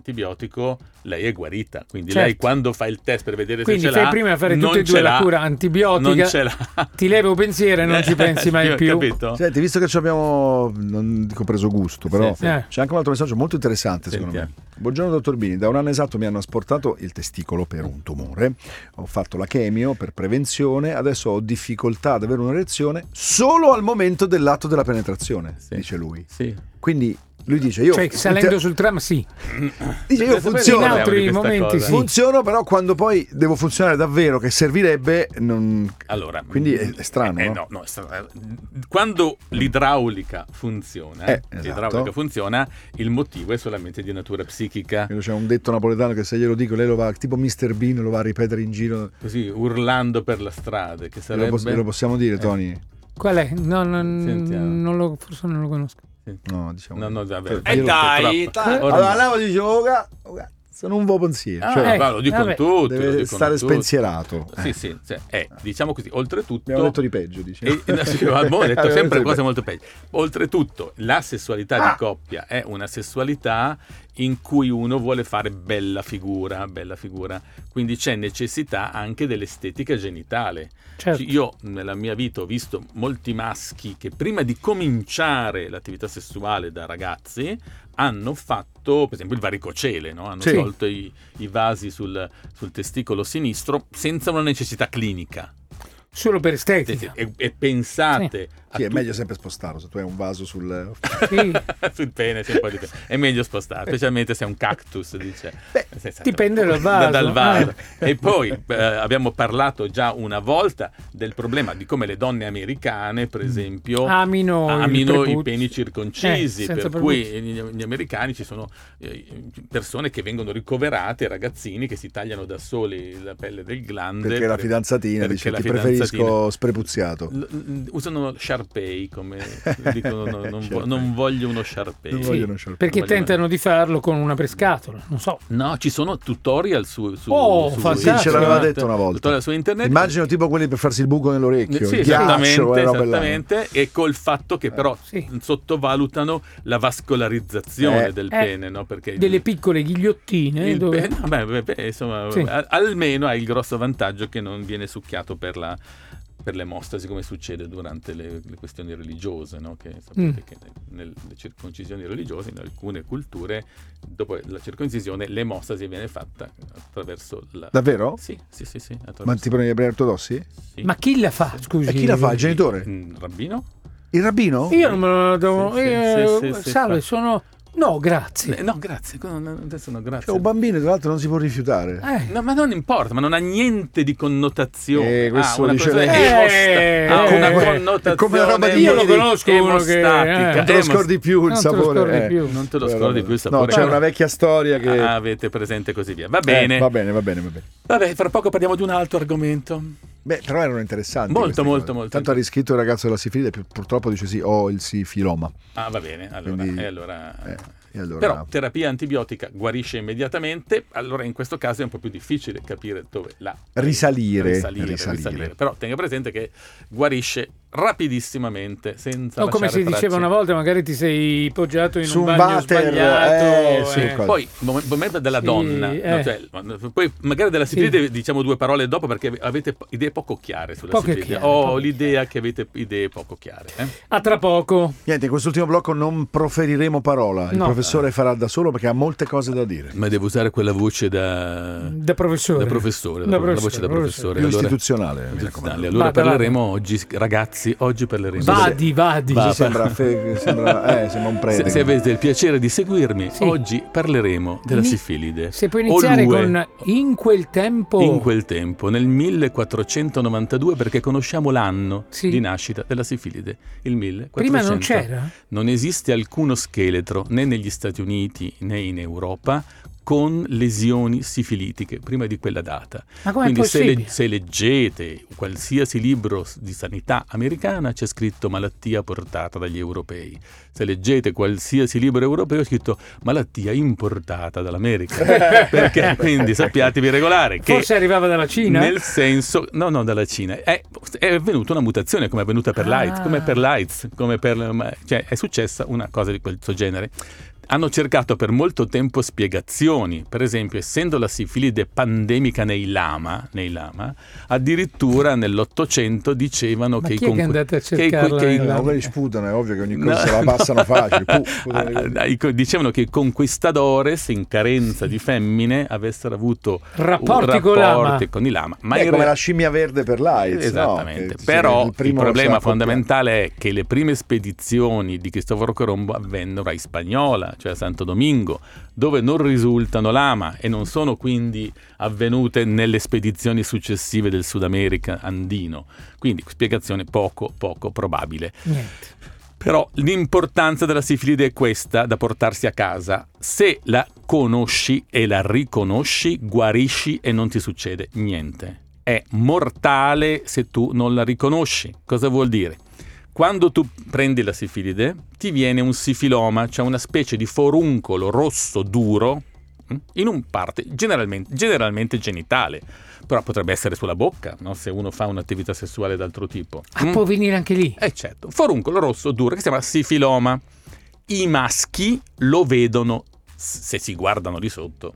[SPEAKER 4] l'antibiotico, lei è guarita. Quindi
[SPEAKER 2] Certo.
[SPEAKER 4] lei quando fa il test per vedere
[SPEAKER 2] Quindi
[SPEAKER 4] se ce
[SPEAKER 2] fai
[SPEAKER 4] l'ha,
[SPEAKER 2] prima a fare tutte
[SPEAKER 4] non
[SPEAKER 2] e due
[SPEAKER 4] ce
[SPEAKER 2] la
[SPEAKER 4] l'ha.
[SPEAKER 2] cura antibiotica,
[SPEAKER 4] Non ce l'ha.
[SPEAKER 2] ti levo pensiero e non ci pensi mai
[SPEAKER 4] Sì,
[SPEAKER 2] più.
[SPEAKER 4] Capito?
[SPEAKER 3] Senti, visto che ci abbiamo, non dico preso gusto, però
[SPEAKER 4] Certo. Sì, sì.
[SPEAKER 2] Eh.
[SPEAKER 3] c'è anche un altro messaggio molto interessante secondo me.
[SPEAKER 4] Sentiamo.
[SPEAKER 3] Buongiorno dottor Bini, da un anno esatto mi hanno asportato il testicolo per un tumore, ho fatto la chemio per prevenzione, adesso ho difficoltà ad avere un'erezione solo al momento dell'atto della penetrazione,
[SPEAKER 4] Sì.
[SPEAKER 3] dice lui.
[SPEAKER 4] Sì.
[SPEAKER 3] Quindi lui dice io,
[SPEAKER 2] Cioè, salendo sul tram, sì.
[SPEAKER 3] dice, io
[SPEAKER 4] Adesso poi
[SPEAKER 3] funziono.
[SPEAKER 4] parliamo di
[SPEAKER 2] In altri
[SPEAKER 4] questa
[SPEAKER 2] momenti
[SPEAKER 4] cosa.
[SPEAKER 2] sì.
[SPEAKER 3] Funziono, però quando poi devo funzionare davvero, che servirebbe, non...
[SPEAKER 4] Allora,
[SPEAKER 3] Quindi è- è strano,
[SPEAKER 4] eh,
[SPEAKER 3] no?
[SPEAKER 4] no, no, è strano. Quando l'idraulica funziona,
[SPEAKER 3] Eh, esatto.
[SPEAKER 4] l'idraulica funziona, il motivo è solamente di natura psichica.
[SPEAKER 3] c'è un detto napoletano che se glielo dico lei lo va, tipo Mr. Bean lo va a ripetere in giro.
[SPEAKER 4] Così urlando per la strada, che
[SPEAKER 3] Glielo
[SPEAKER 4] sarebbe
[SPEAKER 3] poss- glielo possiamo dire,
[SPEAKER 4] Eh.
[SPEAKER 3] Tony?
[SPEAKER 2] Qual è? No, no,
[SPEAKER 4] Sentiamo.
[SPEAKER 2] non lo, forse non lo conosco.
[SPEAKER 3] No, diciamo.
[SPEAKER 4] No, no, vabbè.
[SPEAKER 3] Eh,
[SPEAKER 4] dai, dai.
[SPEAKER 3] Allora, Lavo dice, oh, ca- oh, cazzo, non vo pensiero.
[SPEAKER 4] Ah,
[SPEAKER 3] cioè,
[SPEAKER 2] eh,
[SPEAKER 4] guarda, lo dicono
[SPEAKER 2] vabbè.
[SPEAKER 4] tutti, lo
[SPEAKER 3] deve
[SPEAKER 4] dicono
[SPEAKER 3] stare
[SPEAKER 4] tutti.
[SPEAKER 3] spensierato.
[SPEAKER 4] Sì,
[SPEAKER 3] Eh,
[SPEAKER 4] sì, cioè, eh, diciamo così, oltretutto
[SPEAKER 3] Abbiamo detto di peggio, dice.
[SPEAKER 4] E, e- no, sì, ma abbiamo detto
[SPEAKER 3] Abbiamo
[SPEAKER 4] sempre
[SPEAKER 3] detto
[SPEAKER 4] cose
[SPEAKER 3] di
[SPEAKER 4] molto peggio. Oltretutto, la sessualità di coppia è una sessualità in cui uno vuole fare bella figura, bella figura. Quindi c'è necessità anche dell'estetica genitale.
[SPEAKER 2] Certo.
[SPEAKER 4] Io nella mia vita ho visto molti maschi che prima di cominciare l'attività sessuale da ragazzi hanno fatto, per esempio, il varicocele, no? hanno
[SPEAKER 2] Sì.
[SPEAKER 4] tolto i, i vasi sul, sul testicolo sinistro senza una necessità clinica.
[SPEAKER 2] Solo per estetica.
[SPEAKER 4] E, e pensate
[SPEAKER 3] peggio.
[SPEAKER 4] a
[SPEAKER 3] Sì, è
[SPEAKER 4] tu-
[SPEAKER 3] meglio sempre spostarlo se tu hai un vaso sul...
[SPEAKER 2] Sì.
[SPEAKER 4] sul pene, sì, un po' di pene. è meglio spostare, specialmente se è un cactus, dice. Nel senso,
[SPEAKER 2] Eh. dipende dal vaso.
[SPEAKER 4] da- dal vaso.
[SPEAKER 2] Ah.
[SPEAKER 4] E poi eh, abbiamo parlato già una volta del problema di come le donne americane, per
[SPEAKER 2] Mm.
[SPEAKER 4] esempio,
[SPEAKER 2] Amino, il
[SPEAKER 4] amino i
[SPEAKER 2] prepuzio.
[SPEAKER 4] peni circoncisi,
[SPEAKER 2] Eh, senza
[SPEAKER 4] per cui gli, gli americani ci sono eh, persone che vengono ricoverate, ragazzini che si tagliano da soli la pelle del glande
[SPEAKER 3] Perché la fidanzatina
[SPEAKER 4] perché
[SPEAKER 3] dice,
[SPEAKER 4] la
[SPEAKER 3] ti preferisco disco
[SPEAKER 4] patatine.
[SPEAKER 3] sprepuziato.
[SPEAKER 4] L- l- usano Sharpay come dicono, no, non, vo-
[SPEAKER 3] Sharpay.
[SPEAKER 4] non voglio uno Sharpay.
[SPEAKER 3] Non
[SPEAKER 2] Sì,
[SPEAKER 3] vogliono sciarpare.
[SPEAKER 2] perché
[SPEAKER 4] Vogliono-
[SPEAKER 2] tentano di farlo con una prescatola, non so.
[SPEAKER 4] No, ci sono tutorial su, su,
[SPEAKER 2] Oh,
[SPEAKER 4] su
[SPEAKER 2] fantastico. Sì, ce
[SPEAKER 3] l'aveva
[SPEAKER 4] internet.
[SPEAKER 3] detto una volta.
[SPEAKER 4] Tutorial esatto, su internet.
[SPEAKER 3] Immagino tipo quelli per farsi il buco nell'orecchio.
[SPEAKER 4] sì,
[SPEAKER 3] il ghiaccio,
[SPEAKER 4] esattamente,
[SPEAKER 3] eh, roba là.
[SPEAKER 4] esattamente. e col fatto
[SPEAKER 3] Eh.
[SPEAKER 4] che però
[SPEAKER 2] sì.
[SPEAKER 4] sottovalutano la vascolarizzazione
[SPEAKER 3] Eh.
[SPEAKER 4] del
[SPEAKER 2] Eh,
[SPEAKER 4] pene, no? Perché
[SPEAKER 2] Delle piccole ghigliottine
[SPEAKER 4] il
[SPEAKER 2] Eh, dove...
[SPEAKER 4] pe- no, beh, beh, beh, insomma,
[SPEAKER 2] Sì.
[SPEAKER 4] a- almeno ha il grosso vantaggio che non viene succhiato per, la- per le mostasi come succede durante le, le questioni religiose, no? che sapete
[SPEAKER 2] Mm.
[SPEAKER 4] che nelle circoncisioni religiose in alcune culture dopo la circoncisione l'emostasi viene fatta attraverso la...
[SPEAKER 3] Davvero?
[SPEAKER 4] Sì, sì, sì, sì, attraverso-
[SPEAKER 3] Ma tipo negli ebrei ortodossi?
[SPEAKER 4] sì.
[SPEAKER 2] Ma chi la fa, scusi?
[SPEAKER 3] E chi la fa? Il genitore?
[SPEAKER 4] Mm, Rabbino?
[SPEAKER 3] Il rabbino?
[SPEAKER 2] Io non me lo devo...
[SPEAKER 4] Sì, sì,
[SPEAKER 2] eh,
[SPEAKER 4] sì, sì, sì,
[SPEAKER 2] salve,
[SPEAKER 4] fa-
[SPEAKER 2] sono... No, grazie.
[SPEAKER 4] Eh, No, grazie, no, no, adesso no, grazie.
[SPEAKER 3] Cioè, un bambino, tra l'altro, non si può rifiutare.
[SPEAKER 2] Eh,
[SPEAKER 4] No, ma non importa, ma non ha niente di connotazione.
[SPEAKER 3] Eh, questo
[SPEAKER 4] ha
[SPEAKER 3] lo
[SPEAKER 4] una
[SPEAKER 3] dice
[SPEAKER 4] connotazione
[SPEAKER 2] lei.
[SPEAKER 4] emosta-
[SPEAKER 2] Eh,
[SPEAKER 4] ha
[SPEAKER 2] eh,
[SPEAKER 4] Ah, una
[SPEAKER 2] eh.
[SPEAKER 4] connotazione.
[SPEAKER 3] È come la roba di-
[SPEAKER 2] io lo conosco uno che...
[SPEAKER 4] emostatica.
[SPEAKER 2] eh,
[SPEAKER 3] non te lo
[SPEAKER 4] eh, ma-
[SPEAKER 3] scordi più il
[SPEAKER 2] non te lo
[SPEAKER 3] sapore.
[SPEAKER 2] scordi
[SPEAKER 3] eh.
[SPEAKER 2] più.
[SPEAKER 4] Non te lo
[SPEAKER 3] Quella
[SPEAKER 4] scordi
[SPEAKER 3] roba.
[SPEAKER 4] più il sapore.
[SPEAKER 3] No, c'è una vecchia storia che...
[SPEAKER 4] Ah, avete presente e così via. Va
[SPEAKER 3] Eh,
[SPEAKER 4] bene.
[SPEAKER 3] va bene, va bene, va bene.
[SPEAKER 4] Vabbè, fra poco parliamo di un altro argomento.
[SPEAKER 3] Beh, però erano interessanti.
[SPEAKER 4] Molto,
[SPEAKER 3] queste
[SPEAKER 4] molto,
[SPEAKER 3] cose.
[SPEAKER 4] molto.
[SPEAKER 3] Tanto ha riscritto il ragazzo della sifilide, pur- purtroppo dice sì, ho il sifiloma.
[SPEAKER 4] Ah, va bene. Allora,
[SPEAKER 3] Quindi-
[SPEAKER 4] e allora-
[SPEAKER 3] Eh, e allora...
[SPEAKER 4] Però terapia antibiotica guarisce immediatamente, allora in questo caso è un po' più difficile capire dove la eh,
[SPEAKER 3] Risalire,
[SPEAKER 4] risalire,
[SPEAKER 3] risalire.
[SPEAKER 4] risalire. Però tenga presente che guarisce rapidissimamente, senza
[SPEAKER 2] No, come
[SPEAKER 4] lasciare
[SPEAKER 2] si diceva
[SPEAKER 4] tracce.
[SPEAKER 2] una volta, magari ti sei poggiato in
[SPEAKER 3] Su
[SPEAKER 2] un
[SPEAKER 3] un
[SPEAKER 2] bagno
[SPEAKER 3] water,
[SPEAKER 2] sbagliato.
[SPEAKER 3] eh, sì,
[SPEAKER 2] eh.
[SPEAKER 3] cosa.
[SPEAKER 4] Poi il mom- momento della
[SPEAKER 2] Sì,
[SPEAKER 4] donna, no,
[SPEAKER 2] eh.
[SPEAKER 4] cioè, ma- poi magari della sifilide diciamo due parole dopo perché avete po- idee poco chiare sulla
[SPEAKER 2] Poco
[SPEAKER 4] sifilide.
[SPEAKER 2] chiare,
[SPEAKER 4] Ho
[SPEAKER 2] poco
[SPEAKER 4] l'idea che avete idee poco chiare. eh.
[SPEAKER 2] A tra poco.
[SPEAKER 3] Niente, in quest'ultimo blocco non proferiremo parola. Il
[SPEAKER 2] No.
[SPEAKER 3] professore farà da solo perché ha molte cose da dire.
[SPEAKER 4] Ma devo usare quella voce da,
[SPEAKER 2] Da professore.
[SPEAKER 4] da professore,
[SPEAKER 2] Da
[SPEAKER 4] la
[SPEAKER 2] professore,
[SPEAKER 4] voce da professore.
[SPEAKER 3] Più
[SPEAKER 4] Allora-
[SPEAKER 3] istituzionale, mi raccomando.
[SPEAKER 4] Allora
[SPEAKER 2] Vada,
[SPEAKER 4] parleremo oggi, ragazzi, oggi parleremo.
[SPEAKER 2] Vadi, vadi.
[SPEAKER 4] Va-
[SPEAKER 3] Sì, sembra, fe- sembra- eh, sembra un
[SPEAKER 4] Se,
[SPEAKER 3] prete.
[SPEAKER 4] se avete il piacere di seguirmi,
[SPEAKER 2] Sì.
[SPEAKER 4] oggi parleremo della
[SPEAKER 2] Mi-
[SPEAKER 4] sifilide.
[SPEAKER 2] Se puoi iniziare
[SPEAKER 4] Olue.
[SPEAKER 2] con in quel tempo.
[SPEAKER 4] In quel tempo, nel 1492, perché conosciamo l'anno
[SPEAKER 2] Sì.
[SPEAKER 4] di nascita della sifilide, il 1400.
[SPEAKER 2] Prima non c'era?
[SPEAKER 4] Non esiste alcuno scheletro né negli Stati Uniti né in Europa con lesioni sifilitiche prima di quella data.
[SPEAKER 2] Ma com'è
[SPEAKER 4] Quindi se, le-
[SPEAKER 2] possibile?
[SPEAKER 4] se leggete qualsiasi libro s- di sanità americana c'è scritto malattia portata dagli europei. Se leggete qualsiasi libro europeo è scritto malattia importata dall'America. Perché quindi sappiatevi regolare che
[SPEAKER 2] Forse arrivava dalla Cina?
[SPEAKER 4] nel senso, no, no, dalla Cina. È, è avvenuta una mutazione come è avvenuta per
[SPEAKER 2] Ah.
[SPEAKER 4] l'AIDS, come per l'AIDS, come per, ma- cioè è successa una cosa di questo genere. Hanno cercato per molto tempo spiegazioni, per esempio, essendo la sifilide pandemica nei lama, nei lama addirittura nell'Ottocento dicevano
[SPEAKER 2] Ma
[SPEAKER 4] che i
[SPEAKER 2] chi è che è
[SPEAKER 4] conqu-
[SPEAKER 2] andato a
[SPEAKER 4] i-
[SPEAKER 2] cercarla
[SPEAKER 4] che i-
[SPEAKER 2] nei
[SPEAKER 3] Eh,
[SPEAKER 2] lama?
[SPEAKER 3] ma quelli sputano, è ovvio che ogni
[SPEAKER 4] No,
[SPEAKER 3] cosa se la
[SPEAKER 4] no.
[SPEAKER 3] passano facile. Puh, sputano
[SPEAKER 4] Ah, ah, i co- dicevano che i conquistadores in carenza di femmine avessero avuto
[SPEAKER 2] Rapporti
[SPEAKER 4] rapporti
[SPEAKER 2] con l'ama.
[SPEAKER 4] con i lama. Ma
[SPEAKER 3] Beh,
[SPEAKER 4] in
[SPEAKER 3] Eh, come
[SPEAKER 4] realtà-
[SPEAKER 3] la scimmia verde per l'AIDS. no?
[SPEAKER 4] Esattamente.
[SPEAKER 3] Che, cioè,
[SPEAKER 4] Però il,
[SPEAKER 3] primo
[SPEAKER 4] problema
[SPEAKER 3] si accoppia.
[SPEAKER 4] fondamentale è che le prime spedizioni di Cristoforo Colombo avvennero a Ispagnola, cioè a Santo Domingo, dove non risultano lama e non sono quindi avvenute nelle spedizioni successive del Sud America andino. Quindi spiegazione poco poco probabile.
[SPEAKER 2] Niente.
[SPEAKER 4] Però l'importanza della sifilide è questa da portarsi a casa. Se la conosci e la riconosci, guarisci e non ti succede niente. È mortale se tu non la riconosci. Cosa vuol dire? Quando tu prendi la sifilide, ti viene un sifiloma, cioè una specie di foruncolo rosso duro mh, in un parte generalmente, generalmente genitale, però potrebbe essere sulla bocca, no? se uno fa un'attività sessuale d'altro tipo.
[SPEAKER 2] Ah,
[SPEAKER 4] Mm?
[SPEAKER 2] può venire anche lì.
[SPEAKER 4] Eh certo, foruncolo rosso duro che si chiama sifiloma. I maschi lo vedono s- se si guardano di sotto.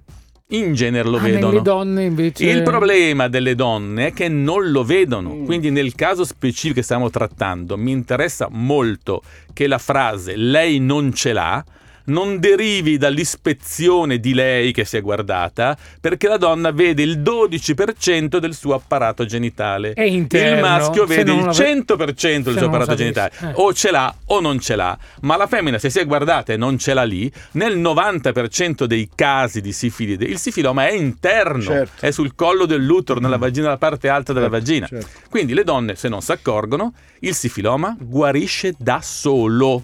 [SPEAKER 4] In genere lo
[SPEAKER 2] Ah, nelle
[SPEAKER 4] vedono.
[SPEAKER 2] donne invece.
[SPEAKER 4] Il problema delle donne è che non lo vedono.
[SPEAKER 2] Mm.
[SPEAKER 4] Quindi nel caso specifico che stiamo trattando, mi interessa molto che la frase lei non ce l'ha non derivi dall'ispezione di lei che si è guardata, perché la donna vede il 12% del suo apparato genitale.
[SPEAKER 2] È interno.
[SPEAKER 4] Il maschio
[SPEAKER 2] se
[SPEAKER 4] vede
[SPEAKER 2] non
[SPEAKER 4] il
[SPEAKER 2] la-
[SPEAKER 4] 100% del
[SPEAKER 2] se
[SPEAKER 4] suo
[SPEAKER 2] non lo
[SPEAKER 4] apparato
[SPEAKER 2] sapessi.
[SPEAKER 4] genitale.
[SPEAKER 2] Eh.
[SPEAKER 4] O ce l'ha o non ce l'ha. Ma la femmina, se si è guardata e non ce l'ha lì, nel 90% dei casi di sifilide, il sifiloma è interno,
[SPEAKER 3] Certo.
[SPEAKER 4] è sul collo dell'utero, nella vagina, nella parte alta della
[SPEAKER 3] Certo,
[SPEAKER 4] vagina.
[SPEAKER 3] certo.
[SPEAKER 4] Quindi le donne, se non si accorgono, il sifiloma guarisce da solo.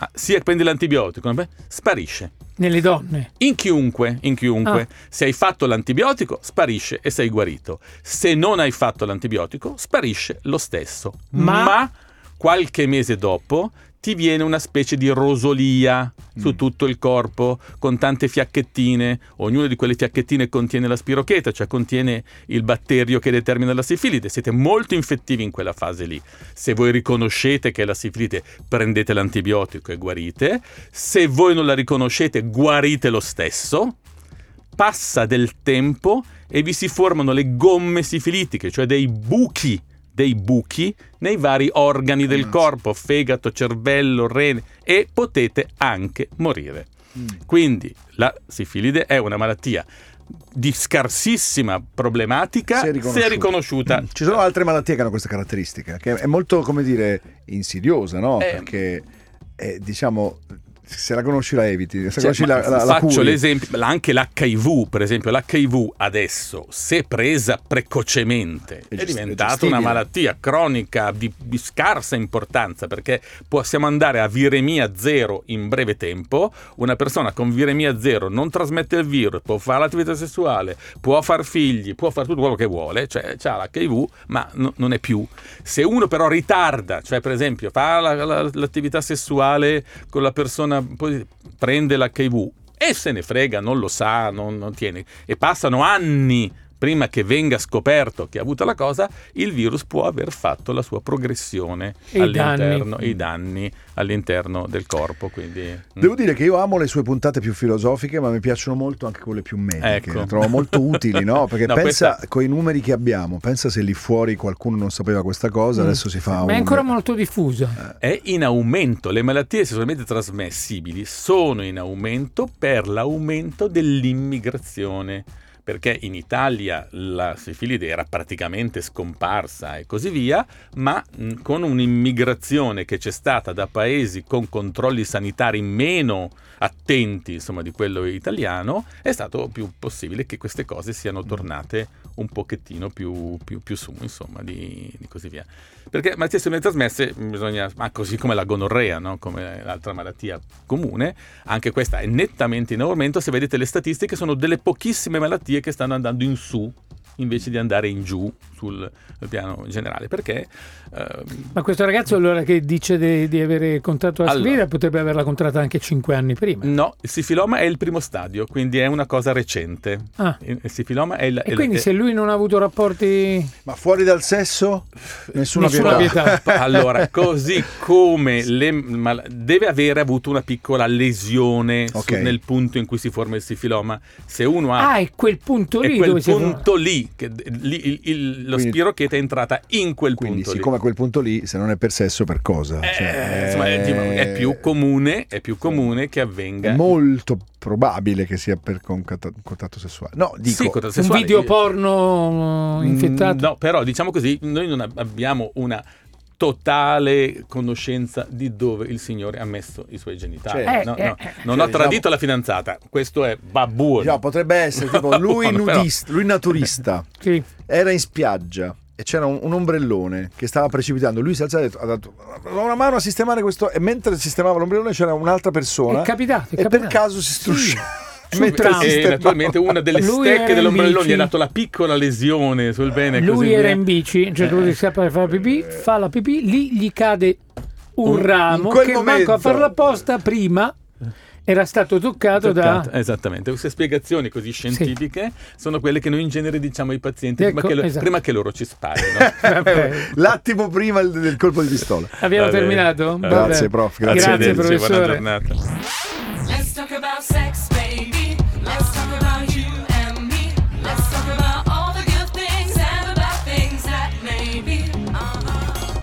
[SPEAKER 4] ah, sia prendi l'antibiotico, vabbè, sparisce.
[SPEAKER 2] Nelle donne.
[SPEAKER 4] In chiunque, in chiunque,
[SPEAKER 2] Ah.
[SPEAKER 4] se hai fatto l'antibiotico, sparisce e sei guarito. Se non hai fatto l'antibiotico, sparisce lo stesso.
[SPEAKER 2] Ma-
[SPEAKER 4] qualche mese dopo ti viene una specie di rosolia su tutto il corpo con tante fiacchettine. Ognuna di quelle fiacchettine contiene la spirocheta, cioè contiene il batterio che determina la sifilide. Siete molto infettivi in quella fase lì. Se voi riconoscete che è la sifilite, prendete l'antibiotico e guarite. Se voi non la riconoscete, guarite lo stesso. Passa del tempo e vi si formano le gomme sifilitiche, cioè dei buchi, dei buchi nei vari organi del
[SPEAKER 3] Ammazza.
[SPEAKER 4] corpo, fegato, cervello, rene e potete anche morire.
[SPEAKER 3] Mm.
[SPEAKER 4] Quindi la sifilide è una malattia di scarsissima problematica
[SPEAKER 3] Se
[SPEAKER 4] se,
[SPEAKER 3] riconosciuta. Mm.
[SPEAKER 4] riconosciuta.
[SPEAKER 3] Ci sono altre malattie che hanno questa caratteristica, che è molto, come dire, insidiosa, no?
[SPEAKER 4] Eh.
[SPEAKER 3] Perché, eh, diciamo, se la conosci la eviti, se
[SPEAKER 4] Cioè,
[SPEAKER 3] conosci
[SPEAKER 4] ma
[SPEAKER 3] la, la, la
[SPEAKER 4] faccio
[SPEAKER 3] curi.
[SPEAKER 4] l'esempio, la- anche l'HIV, per esempio, l'HIV adesso, se presa precocemente,
[SPEAKER 3] È
[SPEAKER 4] è,
[SPEAKER 3] gest- è
[SPEAKER 4] diventata
[SPEAKER 3] gestibile.
[SPEAKER 4] una malattia cronica di, di scarsa importanza perché possiamo andare a viremia zero in breve tempo. Una persona con viremia zero non trasmette il virus, può fare l'attività sessuale, può far figli, può fare tutto quello che vuole, cioè ha l'HIV, ma no- non è più. Se uno però ritarda, cioè per esempio fa la- la- l'attività sessuale con la persona, poi prende l'HIV e se ne frega, non lo sa, non, non tiene, e passano anni prima che venga scoperto che ha avuto la cosa, il virus può aver fatto la sua progressione
[SPEAKER 2] E i
[SPEAKER 4] all'interno, i danni all'interno del corpo. Quindi, mm.
[SPEAKER 3] Devo dire che io amo le sue puntate più filosofiche, ma mi piacciono molto anche quelle più mediche.
[SPEAKER 4] Ecco.
[SPEAKER 3] Le trovo molto utili, no? Perché
[SPEAKER 4] No,
[SPEAKER 3] pensa
[SPEAKER 4] questa-
[SPEAKER 3] coi numeri che abbiamo, pensa se lì fuori qualcuno non sapeva questa cosa,
[SPEAKER 2] Mm.
[SPEAKER 3] adesso si fa un
[SPEAKER 2] Ma è ancora molto diffusa.
[SPEAKER 4] è in aumento. Le malattie sessualmente trasmissibili sono in aumento per l'aumento dell'immigrazione. Perché in Italia la sifilide era praticamente scomparsa e così via, ma mh, con un'immigrazione che c'è stata da paesi con controlli sanitari meno attenti insomma, di quello italiano, è stato più possibile che queste cose siano tornate un pochettino più, più- più su, insomma, di, di così via. Perché malattie sessualmente trasmesse mm, bisogna, ma così come la gonorrea, no? come l'altra malattia comune, anche questa è nettamente in aumento. Se vedete le statistiche, sono delle pochissime malattie che stanno andando in su invece di andare in giù sul piano generale. Perché ehm,
[SPEAKER 2] Ma questo ragazzo allora che dice de- di, avere contratto la
[SPEAKER 4] Allora. Mm.
[SPEAKER 2] sfida potrebbe averla contratta anche 5 anni prima.
[SPEAKER 4] no, il sifiloma è il primo stadio, quindi è una cosa recente.
[SPEAKER 2] Ah.
[SPEAKER 4] Il il sifiloma è il. è
[SPEAKER 2] E
[SPEAKER 4] il- eh,
[SPEAKER 2] quindi
[SPEAKER 4] è-
[SPEAKER 2] se lui non ha avuto rapporti...
[SPEAKER 3] Ma fuori dal sesso? Nessuna,
[SPEAKER 2] Nessuna
[SPEAKER 3] pietà.
[SPEAKER 2] pietà.
[SPEAKER 4] Allora, così come le mal- deve avere avuto una piccola lesione su-
[SPEAKER 3] Ok.
[SPEAKER 4] nel punto in cui si forma il sifiloma, se uno ha
[SPEAKER 2] Ah, è quel punto
[SPEAKER 4] è
[SPEAKER 2] lì
[SPEAKER 4] quel
[SPEAKER 2] dove si fa-
[SPEAKER 4] punto lì, che, lì il- il- lo
[SPEAKER 3] Quindi-
[SPEAKER 4] spirocheta è entrata in quel
[SPEAKER 3] Quindi,
[SPEAKER 4] punto lì.
[SPEAKER 3] siccome a quel punto lì, se non è per sesso, per cosa?
[SPEAKER 4] Eh,
[SPEAKER 3] Cioè, eh,
[SPEAKER 4] insomma, è, tipo- è
[SPEAKER 2] eh,
[SPEAKER 4] più comune, è più comune che avvenga
[SPEAKER 3] È molto probabile che sia per concat- contatto sessuale. No, dico.
[SPEAKER 4] Sì, contatto
[SPEAKER 2] un
[SPEAKER 4] sessuale.
[SPEAKER 2] video
[SPEAKER 3] Mm,
[SPEAKER 2] porno infettato.
[SPEAKER 4] No, però diciamo così, noi non ab- abbiamo una totale conoscenza di dove il signore ha messo i suoi genitali.
[SPEAKER 3] Cioè,
[SPEAKER 4] No,
[SPEAKER 2] eh,
[SPEAKER 4] no,
[SPEAKER 2] eh, eh.
[SPEAKER 4] non
[SPEAKER 3] Cioè,
[SPEAKER 4] ho tradito
[SPEAKER 3] diciamo-
[SPEAKER 4] la fidanzata, questo è babbuo.
[SPEAKER 3] Diciamo, potrebbe essere tipo lui
[SPEAKER 4] Buono, però.
[SPEAKER 3] nudista, lui naturista.
[SPEAKER 2] Sì.
[SPEAKER 3] era in spiaggia e c'era un, un ombrellone che stava precipitando. Lui si è alzato e ha detto- ha dato una mano a sistemare questo. E mentre sistemava l'ombrellone c'era un'altra persona.
[SPEAKER 2] È capitato, è
[SPEAKER 3] e per
[SPEAKER 2] capitato.
[SPEAKER 3] caso si struscia.
[SPEAKER 2] Sì.
[SPEAKER 3] mentre
[SPEAKER 2] Sul tram.
[SPEAKER 3] si
[SPEAKER 4] e
[SPEAKER 3] sistemava.
[SPEAKER 4] naturalmente una delle
[SPEAKER 2] Lui era
[SPEAKER 4] stecche
[SPEAKER 2] in
[SPEAKER 4] dell'ombrellone
[SPEAKER 2] bici.
[SPEAKER 4] gli ha dato la piccola lesione sul bene.
[SPEAKER 2] Lui
[SPEAKER 4] così Eh.
[SPEAKER 2] era
[SPEAKER 4] via.
[SPEAKER 2] in bici, cioè dove si sta per fare la pipì, fa la pipì, lì gli cade un
[SPEAKER 4] In
[SPEAKER 2] ramo
[SPEAKER 3] quel
[SPEAKER 2] che manco
[SPEAKER 3] momento.
[SPEAKER 2] a farla apposta prima era stato toccato,
[SPEAKER 4] Toccato,
[SPEAKER 2] da...
[SPEAKER 4] Esattamente, queste spiegazioni così scientifiche sono quelle che noi in genere diciamo ai pazienti
[SPEAKER 2] Ecco,
[SPEAKER 4] prima, che lo-
[SPEAKER 2] esatto.
[SPEAKER 4] prima che loro ci sparino.
[SPEAKER 2] Vabbè.
[SPEAKER 3] L'attimo prima del, del colpo di pistola.
[SPEAKER 2] Abbiamo
[SPEAKER 4] Va bene.
[SPEAKER 2] terminato?
[SPEAKER 4] Va
[SPEAKER 2] Vabbè.
[SPEAKER 3] Grazie, prof, grazie.
[SPEAKER 2] Grazie,
[SPEAKER 4] Arrivederci, Buona
[SPEAKER 2] professore.
[SPEAKER 4] giornata.
[SPEAKER 1] Let's talk about sex, baby. Let's talk about you and me. Let's talk about all the good things and the bad things that may be. Uh-huh.